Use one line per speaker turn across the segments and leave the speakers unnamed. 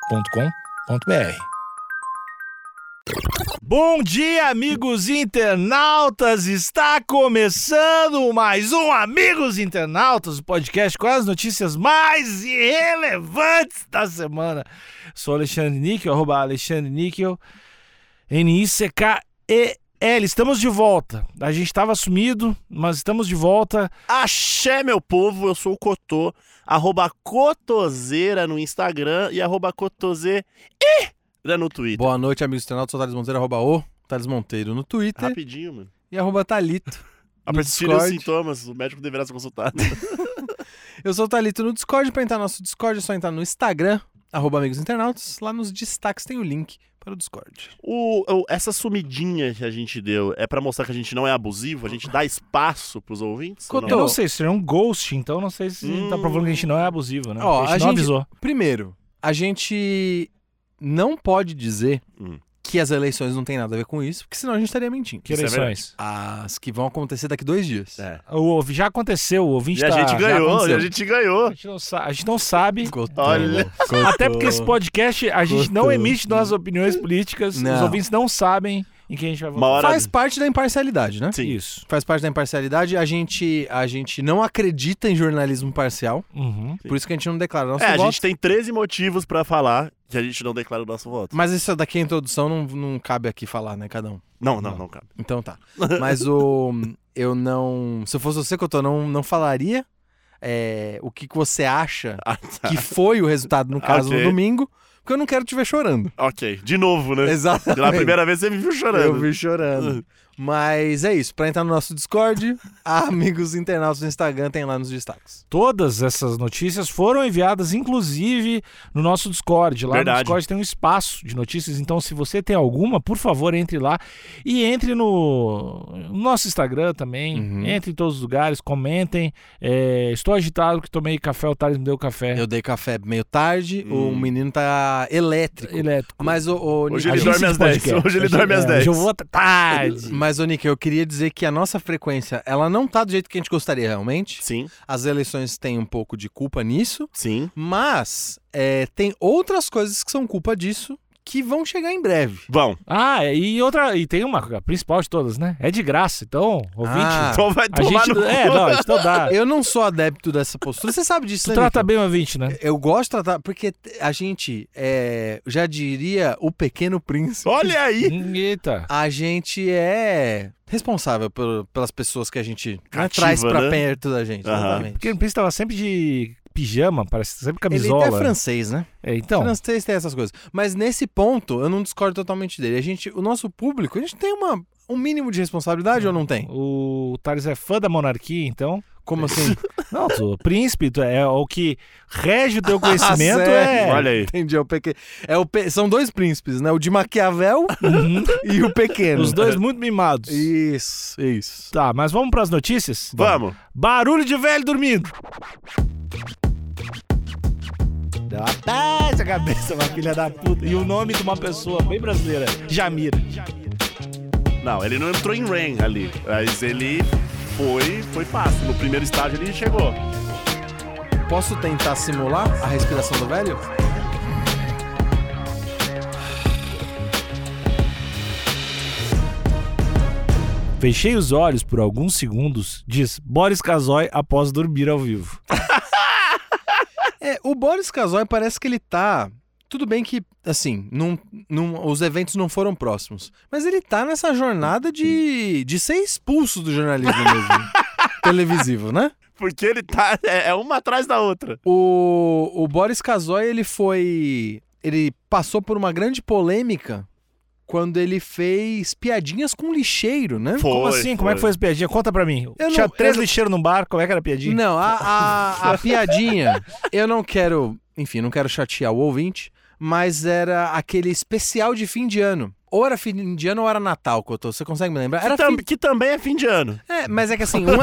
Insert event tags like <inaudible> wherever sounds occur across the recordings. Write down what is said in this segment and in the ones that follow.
agenciadepodcast.com.br.
Bom dia, amigos internautas! Está começando mais um Amigos Internautas, o podcast com as notícias mais irrelevantes da semana. Sou Alexandre Níquel, arroba Alexandre Níquel, N-I-C-K-E-L. Estamos de volta. A gente estava sumido, mas estamos de volta.
Axé, meu povo, eu sou o Cotô, arroba Cotoseira no Instagram e arroba Cotoseira no Twitter.
Boa noite, amigos internautas. Sou Thales Monteiro, arroba o Thales Monteiro no Twitter
Rapidinho, mano.
e arroba Thalito.
A
No
partir dos
Discord.
sintomas, o médico deverá ser consultado. <laughs>
Eu sou o Thalito no Discord. Pra entrar no nosso Discord é só entrar no Instagram, arroba amigos internautas. Lá nos destaques tem o link para o Discord.
O- o- essa sumidinha que a gente deu é pra mostrar que a gente não é abusivo, a gente dá espaço pros ouvintes? ou
Cotô.
Eu
não?
não sei, se é um ghost, então não sei se está
Hum.
provando que a gente não é abusivo, né? a
Ó,
gente não
a gente-
avisou.
Primeiro, a gente não pode dizer
Hum.
que as eleições não têm nada a ver com isso, porque senão a gente estaria mentindo.
Que
Isso é
eleições.
As que vão acontecer daqui dois dias.
É.
O ouvi- já aconteceu, o ouvinte
E a
tá-
gente
já
ganhou, e
aconteceu.
a gente ganhou.
A gente não, sa- a gente não sabe.
Cotô,
Olha.
Cotô.
Até porque esse podcast, a gente não
Gostou.
emite nossas opiniões políticas. Os
Não.
ouvintes não sabem em quem a gente vai
Uma
votar.
hora.
Faz parte da imparcialidade, né?
Sim.
Isso.
Faz parte da imparcialidade. A gente, a gente não acredita em jornalismo parcial.
Uhum.
Por isso que a gente não declara nosso
É, a
voto.
gente tem 13 motivos pra falar que a gente não declara o nosso voto.
Mas isso daqui a introdução não, não cabe aqui falar, né, cada um.
Não, não, não, cabe.
Então
<laughs>
tá. Mas o. Eu não. Se eu fosse você, Cotô, não, não falaria é, o que, que você acha
<laughs> Ah, tá.
que foi o resultado, no caso,
Ok.
no domingo, porque eu não quero te
<laughs>
ver chorando.
Ok, de novo, né?
Exatamente.
Pela primeira vez você me viu
Eu
chorando.
vi chorando. <laughs> Mas é isso. Pra entrar no nosso Discord, <laughs> ah, amigos internautas no Instagram tem lá nos destaques.
Todas essas notícias foram enviadas, inclusive, no nosso Discord. Lá no
Verdade.
Discord tem um espaço de notícias. Então, se você tem alguma, por favor, entre lá. E entre no no nosso Instagram também.
Uhum.
Entre em todos os lugares, comentem. É, estou agitado que tomei café, o Thales me deu café
Eu dei café meio tarde,
Hum.
o menino tá
É.
elétrico.
elétrico.
Mas o, o
Hoje
a
ele
gente-
dorme às 10.
podcast.
Hoje ele dorme às
é,
10.
Hoje eu vou até tarde.
Mas, ô Nick, eu queria dizer que a nossa frequência, ela não tá do jeito que a gente gostaria realmente.
Sim,
As eleições têm um pouco de culpa nisso,
sim.
mas é, tem outras coisas que são culpa disso que vão chegar em breve.
Bom,
Ah, e outra, e tem uma a principal de todas, né? É de graça, então, ouvinte.
Ah,
então vai
a
tomar
gente
no
é,
cu.
não, então dá.
Eu não sou adepto dessa postura, você sabe disso,
Tu
né,
trata
Nick?
bem o ouvinte, né?
Eu gosto de tratar, porque a gente, é, já diria o pequeno príncipe,
Olha aí.
Hum, Eita.
a gente é responsável por- pelas pessoas que a gente né,
Cativa,
traz pra
né?
perto da gente.
Aham.
Exatamente.
Porque o príncipe tava sempre de pijama, parece sempre
Ele
camisola.
é francês, né?
É, então.
Francês tem essas coisas. Mas nesse ponto, eu não discordo totalmente dele. A gente, o nosso público, a gente tem uma, um mínimo de responsabilidade ou não tem?
O Thales é fã da monarquia, então.
Como <laughs> assim?
Não, tu, o príncipe tu, é o que rege o teu
<laughs>
conhecimento. é...
sério?
Olha aí.
Entendi, é o pequeno. É o pe- São dois príncipes, né? O de Maquiavel
Uhum.
e o pequeno.
Os dois muito mimados.
Isso, isso.
Tá, mas vamos pras notícias?
Vamos.
Barulho de velho dormindo. Rapaz, a cabeça, uma filha da puta. E o nome de uma pessoa bem brasileira, Jamira.
Não, ele não entrou em rain ali, mas ele foi, foi fácil. No primeiro estágio ele chegou.
Posso tentar simular a respiração do velho?
Fechei os olhos por alguns segundos, diz Boris Casoy após dormir ao vivo.
É, o Boris Casoy parece que ele tá. Tudo bem que, assim, num, num- os eventos não foram próximos. Mas ele tá nessa jornada de, de ser expulso do jornalismo <laughs> mesmo. televisivo, né?
Porque ele tá. É, é uma atrás da outra.
O, o Boris Casoy, ele foi. Ele passou por uma grande polêmica quando ele fez piadinhas com lixeiro, né?
como assim? Como é que foi essa piadinha? Conta pra mim.
Eu
Tinha
não-
três
eu-
lixeiros num bar, como é que era a piadinha?
Não, a, a, a piadinha. Eu não quero. Enfim, não quero chatear o ouvinte. mas era aquele especial de fim de ano. Ou era fim de ano ou era Natal, Cotô. Você consegue me lembrar?
Que,
Era
tam-
fim...
que também é fim de ano.
É, mas é que assim, um,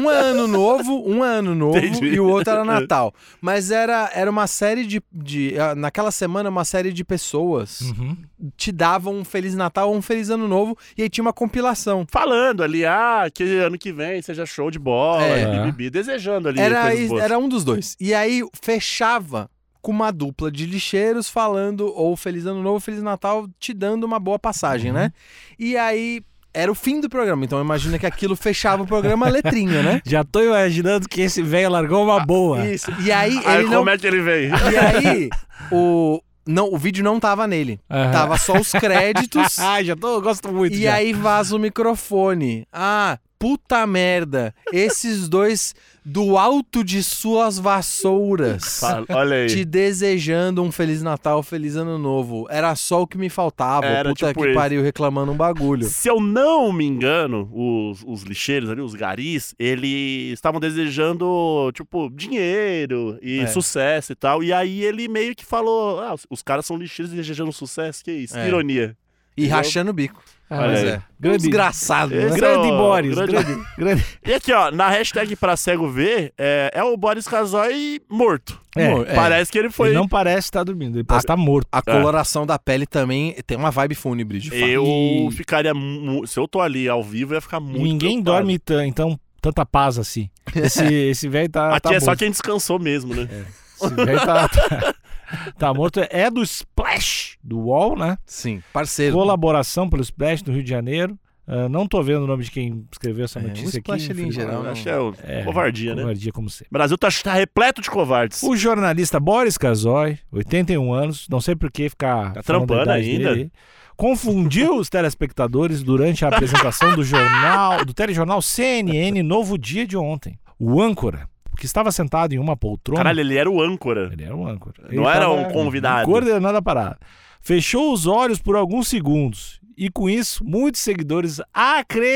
<laughs>
um é ano novo, um é ano novo
Entendi. É.
e o outro era Natal. Mas era, era uma série de, de. ah, Naquela semana, uma série de pessoas
Hum.
Uhum.
te davam um Feliz Natal ou um Feliz Ano Novo e aí tinha uma compilação.
Falando ali, ah, que ano que vem seja show de bola,
É.
e bibi, desejando ali
Era,
coisas boas.
era um dos dois. E aí fechava com uma dupla de lixeiros falando ou Feliz Ano Novo, Feliz Natal, te dando uma boa passagem,
Uhum.
né? E aí era o fim do programa, então imagina que aquilo fechava o programa letrinha, né?
Já tô imaginando que esse velho largou uma boa.
Isso. E aí ele
Aí
não
como é que ele vem? <laughs>
E aí, o. Não, o vídeo não tava nele.
Aham.
Tava só
<laughs>
os créditos.
Ah, já tô, eu gosto muito.
e
já.
aí vaza o microfone. Ah, puta merda. Esses dois do alto de suas vassouras.
Fala, olha aí.
Te desejando um Feliz Natal, Feliz Ano Novo. Era só o que me faltava.
Era
Puta
tipo
que
esse.
pariu reclamando um bagulho.
Se eu não me engano, os, os lixeiros ali, os garis, eles estavam desejando, tipo, dinheiro e
É.
sucesso e tal. E aí ele meio que falou: ah, os- os caras são lixeiros desejando sucesso, que isso?
É.
Ironia.
E
Eu-
rachando o bico.
Ah,
Olha
Pois
aí.
é. Um
Grande,
Desgraçado. né?
Esse
Uhum. grande
é o-
Boris.
grande-
Grande, <laughs> grande.
<laughs> E aqui, ó, na hashtag pra cego ver, é, é o Boris Casoy morto.
É, Ah,
Amor, é.
Parece que ele foi.
Ele não parece estar dormindo, ele parece estar morto.
A coloração da pele também tem uma vibe fúnebre, de fato.
Eu
E-
ficaria. mu- Se eu tô ali ao vivo, eu ia ficar muito.
Ninguém
preocupado.
dorme tan- então tanta paz assim. <laughs> Esse esse velho tá,
Aqui
tá
é só
morto. É,
quem descansou mesmo, né?
Esse velho tá, <laughs> tá- tá morto. É do Splash, do UOL, né?
Sim, parceiro.
Colaboração pelo Splash do Rio de Janeiro. Ah, não tô vendo o nome de quem escreveu essa
É, o
notícia aqui.
Splash ali em geral.
Eu
não.
acho que é, o-
É,
covardia, né?
Covardia, como sempre.
O Brasil tá, tá repleto de covardes.
O jornalista Boris Casoy, 81 anos, não sei por que ficar falando da
Tá trampando
idade
ainda?
dele, confundiu os telespectadores durante a apresentação do jornal, do telejornal CNN Novo Dia de ontem. O âncora, que estava sentado em uma poltrona,
Caralho, ele era o âncora.
ele era um âncora.
Não era um convidado.
Coordenando a parada. Fechou os olhos por alguns segundos. E com isso, muitos seguidores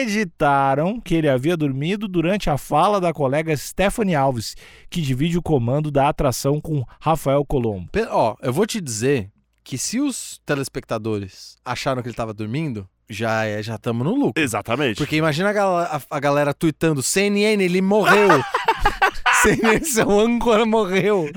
acreditaram que ele havia dormido durante a fala da colega Stephanie Alves, que divide o comando da atração com Rafael Colombo.
Pe- Ó, eu vou te dizer que se os telespectadores acharam que ele tava dormindo, já é, já tamo no lucro.
Exatamente.
Porque imagina a, gala- a- a galera tweetando, CNN,
<laughs>
ele morreu. CNN, seu âncora morreu.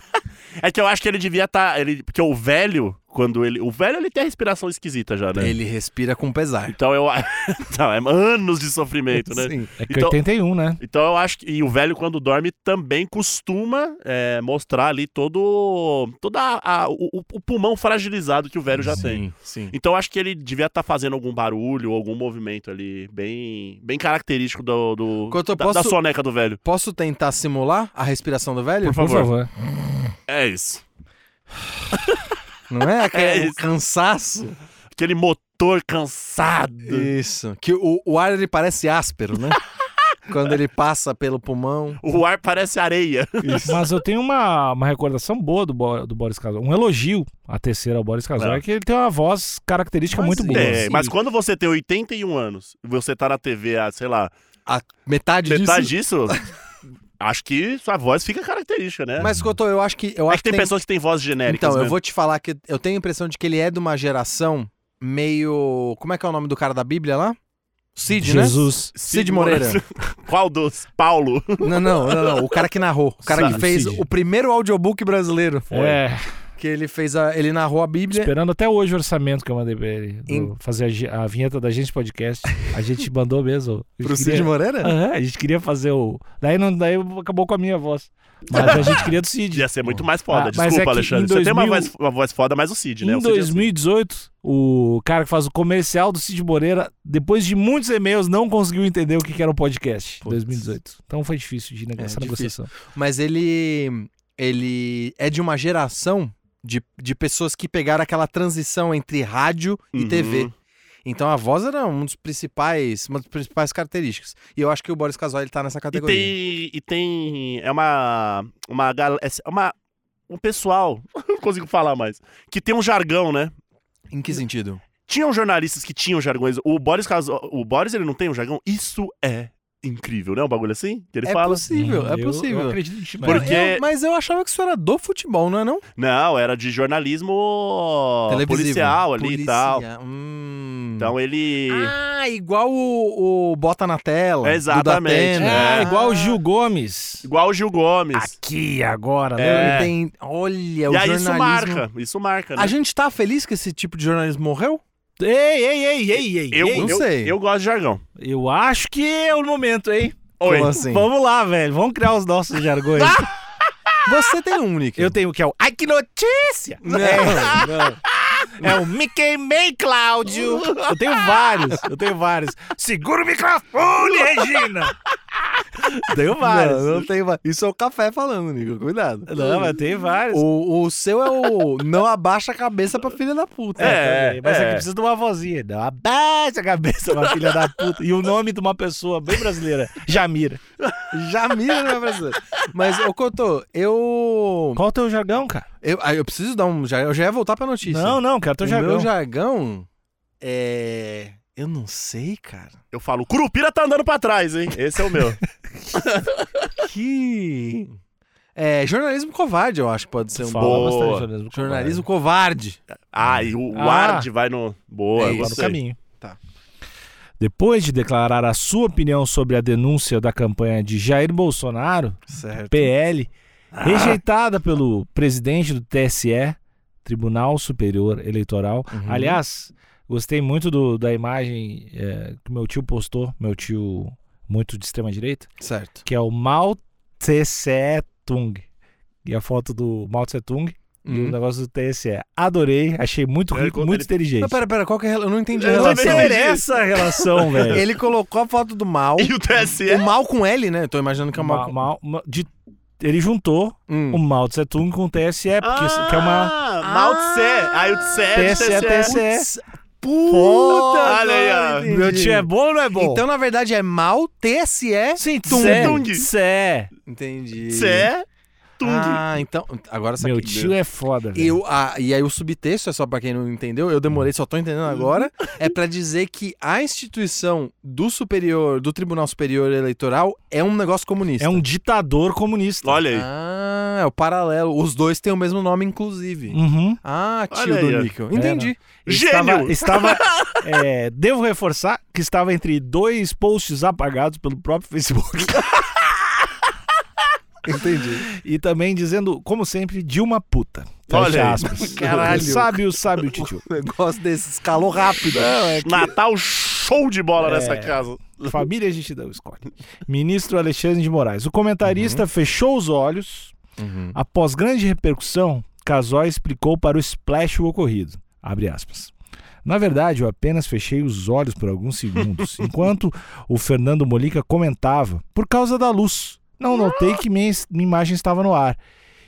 É que eu acho que ele devia estar. ele, porque o velho, quando ele. O velho ele tem a respiração esquisita já, né?
Ele respira com pesar.
Então eu. <laughs> Não, é anos de sofrimento, né?
Sim.
É que
Então-
81, né?
Então eu acho que. E o velho, quando dorme, também costuma é, mostrar ali todo. Toda a- a- o, o pulmão fragilizado que o velho já tem.
Sim, sim.
Então eu acho que ele devia estar fazendo algum barulho, algum movimento ali, bem, bem característico do, do-
Enquanto eu
da, da
posso-
soneca do velho.
Posso tentar simular a respiração do velho?
Por favor. É isso.
Não
<laughs>
é?
É
Aquele
isso.
cansaço.
Aquele motor cansado.
Isso. Que o, o ar ele parece áspero,
<laughs>
né? Quando ele passa pelo pulmão.
O ar parece areia.
Mas eu tenho uma, uma recordação boa do, Bo- do Boris Casoy. Um elogio a terceira ao Boris Casoy,
É.
é que ele tem uma voz característica
Mas
muito boa.
<laughs> É,
Sim.
mas quando você tem 81 anos, você tá na TV há, sei lá,
A metade,
metade
disso.
disso, acho que sua voz fica característica, né?
Mas, Cotô, eu acho que. Eu
é
acho
que tem,
que tem-
pessoas que têm né? voz genérica.
Então, eu vou te falar que eu tenho a impressão de que ele é de uma geração meio. Como é que é o nome do cara da Bíblia lá? Cid, né?
Jesus.
Cid Moreira.
<laughs> Qual dos? Paulo.
<laughs> Não, não, não, não. O cara que narrou. O cara
Sabe,
que fez
Cid.
o primeiro audiobook brasileiro.
É,
Que ele fez a. Ele narrou a Bíblia.
esperando até hoje o orçamento que eu mandei pra ele. do-
Em-
Fazer a, gi- a vinheta da gente podcast. A
<laughs>
gente mandou mesmo. A gente
Pro Cid
queria- Ah.
Moreira?
Aham, a gente queria fazer o. Daí, não, daí acabou com a minha voz. Mas a gente queria do Cid.
Ia ser muito mais foda.
Ah, mas
Desculpa,
é que
Alexandre.
em
Você tem uma
2000
voz, uma voz foda, mas o Cid, né?
Em
O Cid é assim.
2018, o cara que faz o comercial do Cid Moreira, depois de muitos e-mails, não conseguiu entender o que que era um podcast.
Putz.
2018. Então foi difícil de nego-
É,
essa
difícil.
negociação.
Mas ele. Ele é de uma geração de, de pessoas que pegaram aquela transição entre rádio e
Uhum.
TV. Então a voz era um dos principais, uma das principais características. E eu acho que o Boris Casoy ele tá nessa
E
categoria.
tem, e tem. É uma. Uma. gal- É uma um pessoal. <laughs> Não consigo falar mais. Que tem um jargão, né?
Em que sentido?
Tinham jornalistas que tinham jargões. O Boris, Caso- o Boris ele não tem um jargão? Isso é incrível, né? Um bagulho assim que ele
É
fala.
possível, é
Uhum. Eu-
possível.
Eu acredito em ti, mas-
Porque-
Eu- mas eu achava que isso era do futebol, não é não?
Não, era de jornalismo
Televisivo.
policial ali e tal.
Policia- Hum.
Então ele.
Ah, igual o, o Bota na Tela. do
Exatamente,
Datena.
Ah,
É.
igual o Gil Gomes.
Igual o Gil Gomes.
Aqui, agora, né?
Ele
É.
tem- Olha, Ah, é o
e aí
jornalismo...
isso marca, isso marca, né?
A gente tá feliz que esse tipo de jornalismo morreu?
Ei, ei, ei, ei, ei.
Eu,
ei.
Não
eu-
sei.
eu gosto de jargão.
Eu acho que é o momento, hein?
Oi.
Como assim?
Vamos lá, velho. Vamos criar os nossos jargões.
<laughs> Você tem um, Nick.
Eu tenho o que é o Ai que notícia!
Não,
<laughs>
É o Me queimei, Cláudio! Eu tenho vários, eu tenho vários. Segura o microfone, Regina! Tenho vários.
Não, não tem va- Isso é o café falando, Nico. Cuidado.
Não, mas tem vários.
O, o seu é o não abaixa a cabeça pra filha da puta.
É,
mas
é.
aqui precisa de uma vozinha. Não, abaixa a cabeça, uma filha da puta. E o nome de uma pessoa bem brasileira, Jamira.
Jamira, né, professor? Mas, ô Cotô, eu,
Qual o teu jargão, cara?
eu. ah, Eu preciso dar um. já- Eu já ia voltar pra notícia.
Não, não, cara,
o
teu jargão.
meu jargão é. Eu não sei, cara.
Eu falo, Curupira tá andando pra trás, hein? Esse é o
<laughs>
meu.
Que. É, jornalismo covarde, eu acho que pode ser um
Fala
boa.
bom.
bastante de jornalismo.
Jornalismo covarde.
ah, e o, o
Ah.
Ard vai no. Boa, eu
É
Tá
isso.
no
gostei.
caminho.
Tá.
Depois de declarar a sua opinião sobre a denúncia da campanha de Jair Bolsonaro,
Certo. Ah.
PL, rejeitada pelo presidente do TSE, Tribunal Superior Eleitoral.
Uhum.
Aliás, gostei muito do- da imagem é, que meu tio postou, meu tio muito de extrema direita,
Certo.
que é o Mao Tse Tung. E a foto do Mao Tse Tung e o
Hum.
negócio do TSE. Adorei, achei muito
Ele-
rico, muito
ele-
inteligente.
Mas pera, pera, qual que é. a rela- Eu não entendi a
Eu
Não
também
relação.
não
merece essa <laughs> relação, velho.
Ele colocou a foto
<laughs>
do mal.
<laughs> E o TSE?
O mal com L, né? Eu tô imaginando que é o mal
Ma-
com.
ma- ma- de- ele juntou
Hum.
o Mao Tse Tung com o TSE, porque isso- que é uma
Ah, Mal Tse. Aí o Tse é
TSE,
de TSE.
TSE.
Putz, Puta!
Puta,
Olha aí, ó.
agora eu entendi. Meu tio é bom ou não é bom?
Então, na verdade, é mal TSE.
Sim,
Tung.
Tse,
Tung.
Tse.
Entendi.
Tse. Tung.
Ah, então. Agora saquei.
Meu tio é foda, velho.
Eu, ah, e aí o subtexto, é só pra quem não entendeu, eu demorei, só tô entendendo
Uhum.
agora, é pra dizer que a instituição do superior, do Tribunal Superior Eleitoral é um negócio comunista.
É um ditador comunista.
Olha aí.
Ah, é o paralelo. Os dois têm o mesmo nome, inclusive.
Uhum.
Ah, tio
Olha aí,
do
ó.
Níquel. Entendi.
Ele
Gênio. <laughs>
Estava, estava é, devo reforçar que estava entre dois posts apagados pelo próprio Facebook. <laughs> É, né?
<laughs> Entendi.
E também dizendo, como sempre, de uma puta.
Olha aí.
Fecha aspas.
Caralho.
Sábio, sábio, tio.
O Um negócio desse escalou rápido. Não, é
Natal show de bola
É.
nessa casa.
<laughs> Família a gente não escolhe. Ministro Alexandre de Moraes. O comentarista fechou os olhos.
Uhum.
Após grande repercussão, Casói explicou para o Splash o ocorrido. Abre aspas. Na verdade, eu apenas fechei os olhos por alguns segundos, enquanto o Fernando Molica comentava, por causa da luz. Não notei que minha, minha imagem estava no ar.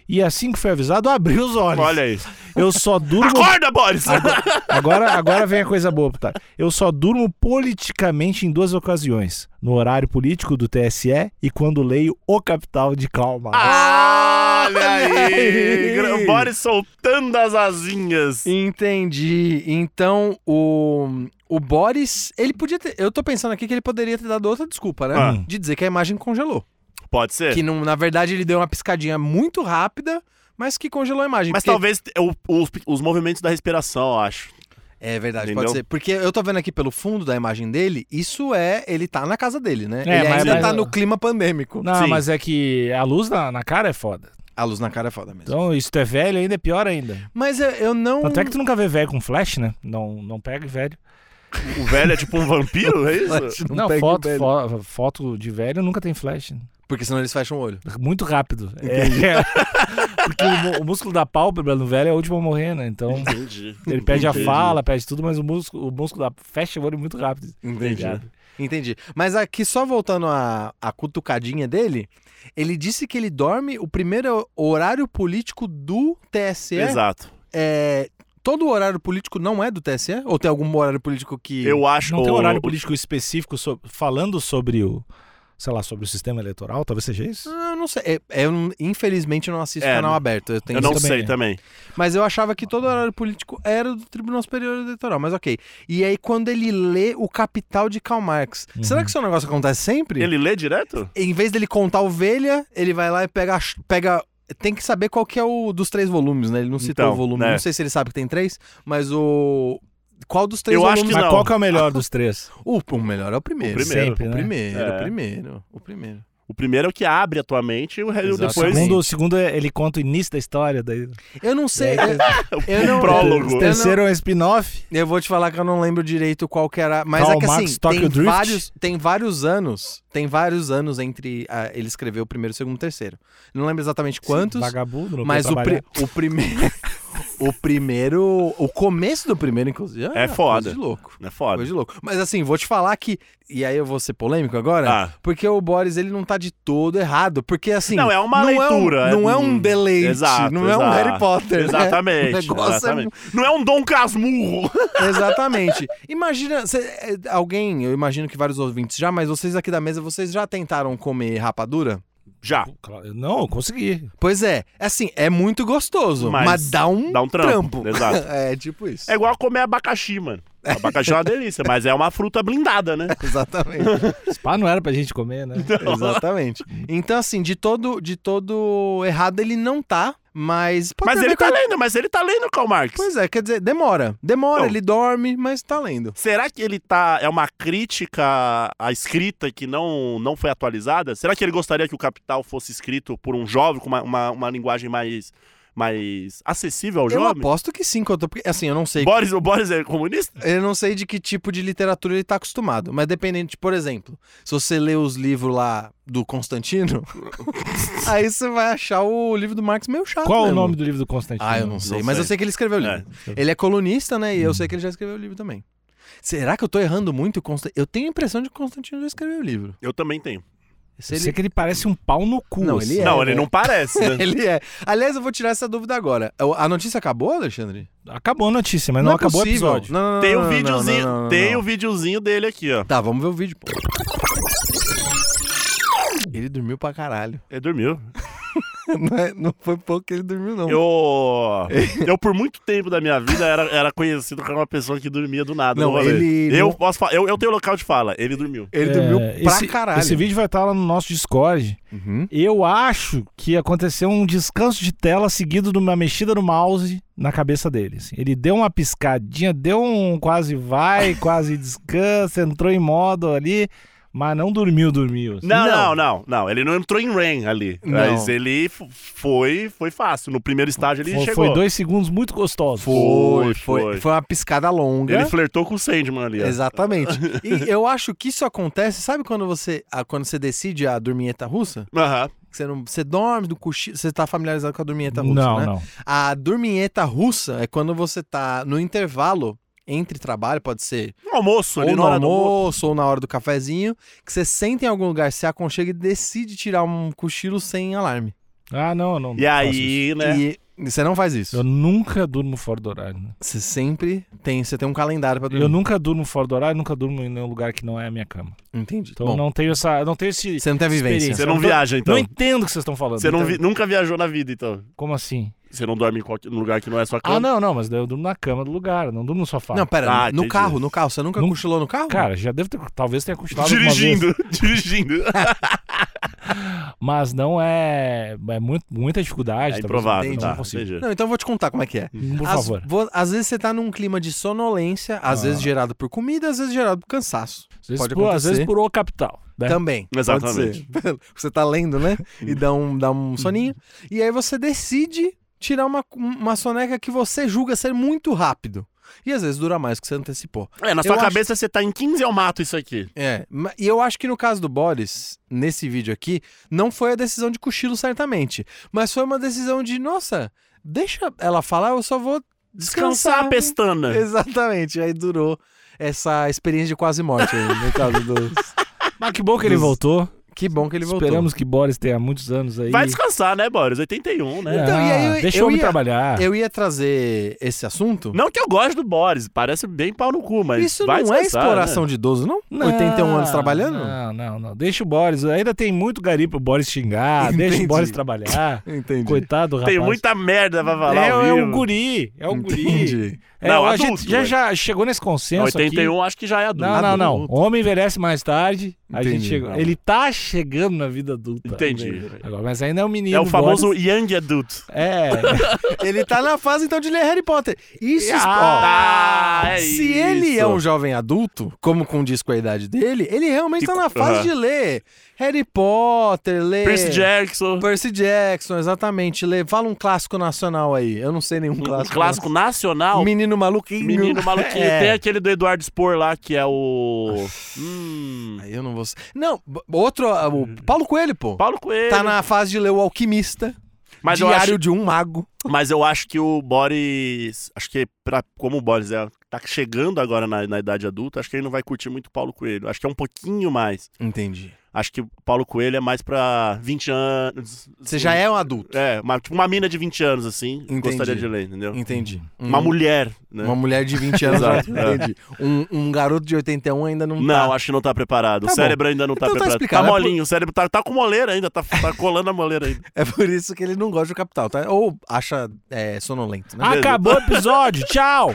E assim que foi avisado, abri os olhos.
Olha aí.
Eu só
<laughs>
durmo
Acorda, Boris!
Ah, Agora, agora vem a coisa boa, tá? Eu só durmo politicamente em duas ocasiões: no horário político do TSE e quando leio O Capital de Calma.
Ah, Olha
aí.
aí! Gra- O Boris soltando as asinhas.
Entendi. Então, o, o Boris, ele podia ter. Eu tô pensando aqui que ele poderia ter dado outra desculpa, né?
Ah. É.
De dizer que a imagem congelou.
Pode ser?
Que não, na verdade ele deu uma piscadinha muito rápida, mas que congelou a imagem.
Mas
porque-
talvez te- o- os, os movimentos da respiração, eu acho.
É verdade, pode
Entendeu?
ser. Porque eu tô vendo aqui pelo fundo da imagem dele, isso é. Ele tá na casa dele, né?
É,
ele
mas-
ainda
mas-
tá no clima pandêmico.
Não,
sim.
mas é que a luz na, na cara é foda.
A luz na cara é foda mesmo.
Então, isso é velho ainda, é pior ainda.
Mas eu, eu não.
Tanto é que tu nunca vê velho com flash, né? Não, não pega velho.
O velho é tipo um vampiro, é isso?
Não,
pega o
foto,
velho.
fo- foto de velho nunca tem flash. né?
Porque senão eles fecham o olho.
Muito rápido. É, <laughs> porque o, mu- o músculo da pálpebra no velho é o último a morrer, né? Então.
Entendi.
Ele perde a
Entendi.
fala, perde tudo, mas o músculo, o músculo da- fecha o olho muito rápido.
Entendi.
Obrigado.
Entendi. Mas aqui, só voltando à, à cutucadinha dele, ele disse que ele dorme o primeiro horário político do TSE.
Exato.
É, todo horário político não é do TSE? Ou tem algum horário político que.
Eu acho.
Não tem um
o-
horário
o-
político específico so- falando sobre o sei lá, sobre o sistema eleitoral, talvez seja isso.
Ah, Eu não sei. É- é, Eu, não- infelizmente, eu não assisto
É,
canal
não-
aberto. Eu, tenho
Eu não
isso também.
sei
né?
também.
Mas eu achava que todo horário político era do Tribunal Superior Eleitoral, mas ok. E aí, quando ele lê o Capital de Karl Marx,
Uhum.
será que isso é um negócio que acontece sempre?
Ele lê direto?
Em vez dele contar a ovelha, ele vai lá e pega. a ch- pega... Tem que saber qual que é o dos três volumes, né? Ele não citou
Então,
o volume.
né.
Não sei se ele sabe que tem três, mas o. Qual dos três
Eu acho
volumes?
que
Mas
não.
qual que é o melhor dos
<laughs>
três?
O, o melhor é o primeiro.
O primeiro,
Sempre,
né?
o primeiro,
É.
o primeiro, o primeiro.
O primeiro é o que abre a tua mente e o re-
Exato.
depois. <laughs>
Segundo, o segundo é- ele conta o início da história,
<laughs>
daí.
Eu não sei.
É,
eu, eu não,
prólogo.
O
Eu não,
terceiro é um spin-off.
Eu vou te falar que eu não lembro direito qual que era. Mas
Karl
é que
Marx,
assim,
Tokyo
tem
Drift?
vários, tem vários anos. Tem vários anos entre ah, ele escrever o primeiro, o segundo e o terceiro. Não lembro exatamente quantos,
Vagabundo, não
mas
quer
o, pri-
trabalhar.
o primeiro. <laughs> o primeiro. O começo do primeiro, inclusive.
É foda.
Coisa de louco.
É foda.
Coisa de louco. Mas assim, vou te falar que. E aí eu vou ser polêmico agora?
Ah,
Porque o Boris, ele não tá de todo errado. Porque assim.
Não, é uma
não
leitura, é
É um, não é
um-
um deleite.
Exato,
não é um
exato.
Harry Potter. né?
exatamente.
<laughs> O negócio é
exatamente. Não é um Dom Casmurro.
Exatamente. Imagina, cê- é, alguém, eu imagino que vários ouvintes já, mas vocês aqui da mesa, vocês já tentaram comer rapadura?
Já.
Claro, Não, eu consegui.
Pois é, assim, é muito gostoso,
Mas
mas, dá um
Dá um trampo.
trampo. <laughs>
Exato.
É tipo isso.
É igual comer abacaxi, mano. Abacaxi é uma delícia, mas é uma fruta blindada,
É.
né?
Exatamente.
Spa não era pra gente comer, né?
Exatamente. Então assim, de todo de todo errado ele não tá, mas pode
Mas
ter a
ele
ver
tá
com-
lendo, mas ele tá lendo o Karl Marx.
Pois é, quer dizer, demora. Demora,
Não.
ele dorme, mas tá lendo.
Será que ele tá. É uma crítica à escrita que não, não foi atualizada? Será que ele gostaria que o Capital fosse escrito por um jovem, com uma, uma, uma linguagem mais, mais acessível ao
Eu
jovem?
aposto que sim, que eu tô- porque, assim, eu não sei
Boris, o Boris é comunista?
Eu não sei de que tipo de literatura ele tá acostumado, mas dependendo, de, por exemplo, se você lê os livros lá do Constantino, <laughs> aí você vai achar o livro do Marx meio chato.
Qual o
mesmo.
nome do livro do Constantino?
Ah, eu não sei,
Não
mas
sei.
eu sei que ele escreveu o livro. Ele é colunista, né? E eu sei que ele já escreveu o livro também. Será que eu tô errando muito? Constan- Eu tenho a impressão de que o Constantino já escreveu o livro. <laughs>
Eu também tenho.
Se
Eu
ele-
sei que ele parece um pau no cu.
Não,
assim.
ele É,
não, ele
né?
não parece, né?
Ele é. Aliás, eu vou tirar essa dúvida agora. É A notícia acabou, Alexandre?
Acabou a notícia, mas não,
é
acabou
possível.
o episódio.
Não, não, não,
Tem
não,
o
não, não,
videozinho,
não, não, não.
tem o videozinho dele aqui, ó.
Tá, vamos ver o vídeo, pô. Ele dormiu pra caralho. <laughs>
Ele dormiu.
Não, é- não foi pouco que ele dormiu, não.
Eu, <laughs> eu por muito tempo da minha vida era, era conhecido como uma pessoa que dormia do nada.
Não,
no rolê.
ele
Eu
não-
posso falar, eu, eu tenho local de fala. Ele dormiu.
Ele
É,
dormiu pra
esse-
caralho.
Esse vídeo vai estar lá no nosso Discord.
Uhum.
Eu acho que aconteceu um descanso de tela seguido de uma mexida no mouse na cabeça dele. assim. Ele deu uma piscadinha, deu um quase vai, <laughs> quase descansa, entrou em modo ali, mas não dormiu, dormiu. assim.
Não, não,
Não.
não, não. Ele não entrou em rain ali.
Não.
Mas ele f- foi, foi fácil. No primeiro estágio ele
Foi-
chegou.
Foi dois segundos muito gostosos.
Foi,
Foi,
foi.
foi.
Foi uma piscada longa.
Ele flertou com o Sandman ali. ó. <laughs>
Exatamente. E eu acho que isso acontece, sabe quando você, ah, quando você decide a dorminheta russa?
Aham.
Que Você, não, você dorme do cochilo, você tá familiarizado com a dorminheta russa,
Não,
né?
não.
A dorminheta russa é quando você tá no intervalo entre trabalho, pode ser
No almoço, ali
ou
na
no
hora do almoço.
almoço, ou na hora do cafezinho, que você senta em algum lugar, se aconchega e decide tirar um cochilo sem alarme.
Ah, não, não.
E
não faço isso.
aí, né?
E você não faz isso.
Eu nunca durmo fora do horário. né?
Você sempre tem, você tem um calendário pra
Hum.
dormir.
Eu nunca durmo fora do horário, nunca durmo em nenhum lugar que não é a minha cama.
Entendi.
Então
Bom,
não tenho essa, não tenho esse
você não tem a vivência.
Você não viaja, então.
Não entendo o que vocês estão falando.
Você não
Então,
vi- nunca viajou na vida, então.
Como assim?
Você não dorme em qualquer num lugar que não é sua
Ah,
cama.
não, não, mas daí eu durmo na cama do lugar, eu não durmo no sofá.
Então Não, pera,
Ah,
no
entendi.
carro, no carro, você nunca
Nunca-
cochilou no carro?
Cara, já devo ter, talvez tenha cochilado alguma vez,
Dirigindo, <laughs> dirigindo. Ah,
mas não é, é muito, muita dificuldade.
É
talvez eu
improvável,
não
tá.
consiga.
Entendi.
<laughs> Não, então eu vou te contar como é que é.
Por
Às-
favor.
vo- às vezes você tá num clima de sonolência, às
Ah.
vezes gerado por comida, às vezes gerado por cansaço.
Às vezes,
pode
por, às
acontecer.
vezes por o capital. né?
Também. pode
Exatamente.
ser. <laughs> Você tá lendo, né? E dá um, dá um soninho. E aí você decide tirar uma, uma soneca que você julga ser muito rápido. E às vezes dura mais que você antecipou.
É, na
Eu
sua
acho-
cabeça você tá em 15 ao mato isso aqui.
É. ma- E eu acho que no caso do Boris, nesse vídeo aqui, não foi a decisão de cochilo, certamente. Mas foi uma decisão de, nossa, deixa ela falar, eu só vou
Descansar a
né?
descansar.
pestana.
<laughs> Exatamente. Aí
<laughs>
durou essa experiência de quase morte aí, no caso dos.
Mas que bom que ele
Dos-
voltou.
Que bom que ele voltou.
Esperamos que Boris tenha muitos anos aí.
Vai descansar, né, Boris? 81, né?
É. Então, e aí eu-
deixa
eu
o homem
ia-
trabalhar.
Eu ia trazer esse assunto.
Não que eu goste do Boris, parece bem pau no cu, mas
Isso
vai
não é
descansar, né?
exploração de idoso, não?
Não,
81 anos trabalhando?
Não, não, não. Deixa o Boris. Ainda tem muito garim pro Boris xingar. Deixa
Entendi.
o Boris trabalhar.
Entendi.
Coitado, do
Né?
rapaz.
Tem muita merda pra falar
é,
ao
é
vivo.
um guri. É um guri.
Entendi.
É,
Não,
a
adulto,
gente já,
ué.
já chegou nesse consenso aqui.
81 acho que já é adulto.
Não, não, não.
Adulto.
Homem envelhece mais tarde. A
Entendi.
gente chegou. Ele tá chegando na vida adulta.
Entendi.
Agora, mas ainda é um menino.
É o famoso
Boris.
young adult. <laughs>
É.
Ele tá na fase, então, de ler Harry Potter. Isso,
Ah,
ó,
é
Se ele é um
isso.
jovem adulto, como condiz com a idade dele, ele realmente
E
tá
co-
na fase
Aham.
de ler Harry Potter,
É.
ler...
Percy Jackson,
Percy Jackson, exatamente. Ler. Fala um clássico nacional aí. Eu não sei nenhum
um
clássico.
clássico, nacional.
Menino maluquinho.
Menino maluquinho.
É.
Tem aquele do Eduardo Spohr lá, que é o... Hum,
Aí eu não vou... Não, b- outro... ah, O Paulo Coelho, pô.
Paulo Coelho.
Tá na fase de ler O Alquimista,
Mas eu
Diário
acho
de um Mago.
Mas eu acho que o Boris. Acho que, pra, como o Boris é, tá chegando agora na, na idade adulta, acho que ele não vai curtir muito Paulo Coelho. Acho que é um pouquinho mais.
Entendi.
Acho que o Paulo Coelho é mais pra 20 anos.
Você já é um adulto.
É, uma, tipo uma mina de 20 anos, assim,
Entendi.
gostaria de ler, entendeu?
Entendi.
Uma
Hum.
mulher, né?
Uma mulher de 20
<laughs>
anos.
Exato, é.
<laughs> entendi. Um, um garoto de 81 ainda não,
Não,
tá.
acho que não tá preparado.
Tá
o cérebro ainda não tá
Então tá
preparado.
explicado, é por-
molinho, o cérebro tá, tá com moleira ainda, tá, tá colando a moleira ainda.
É por isso que ele não gosta do Capital, tá? Ou acha é, sonolento, né?
Acabou o episódio. Tchau.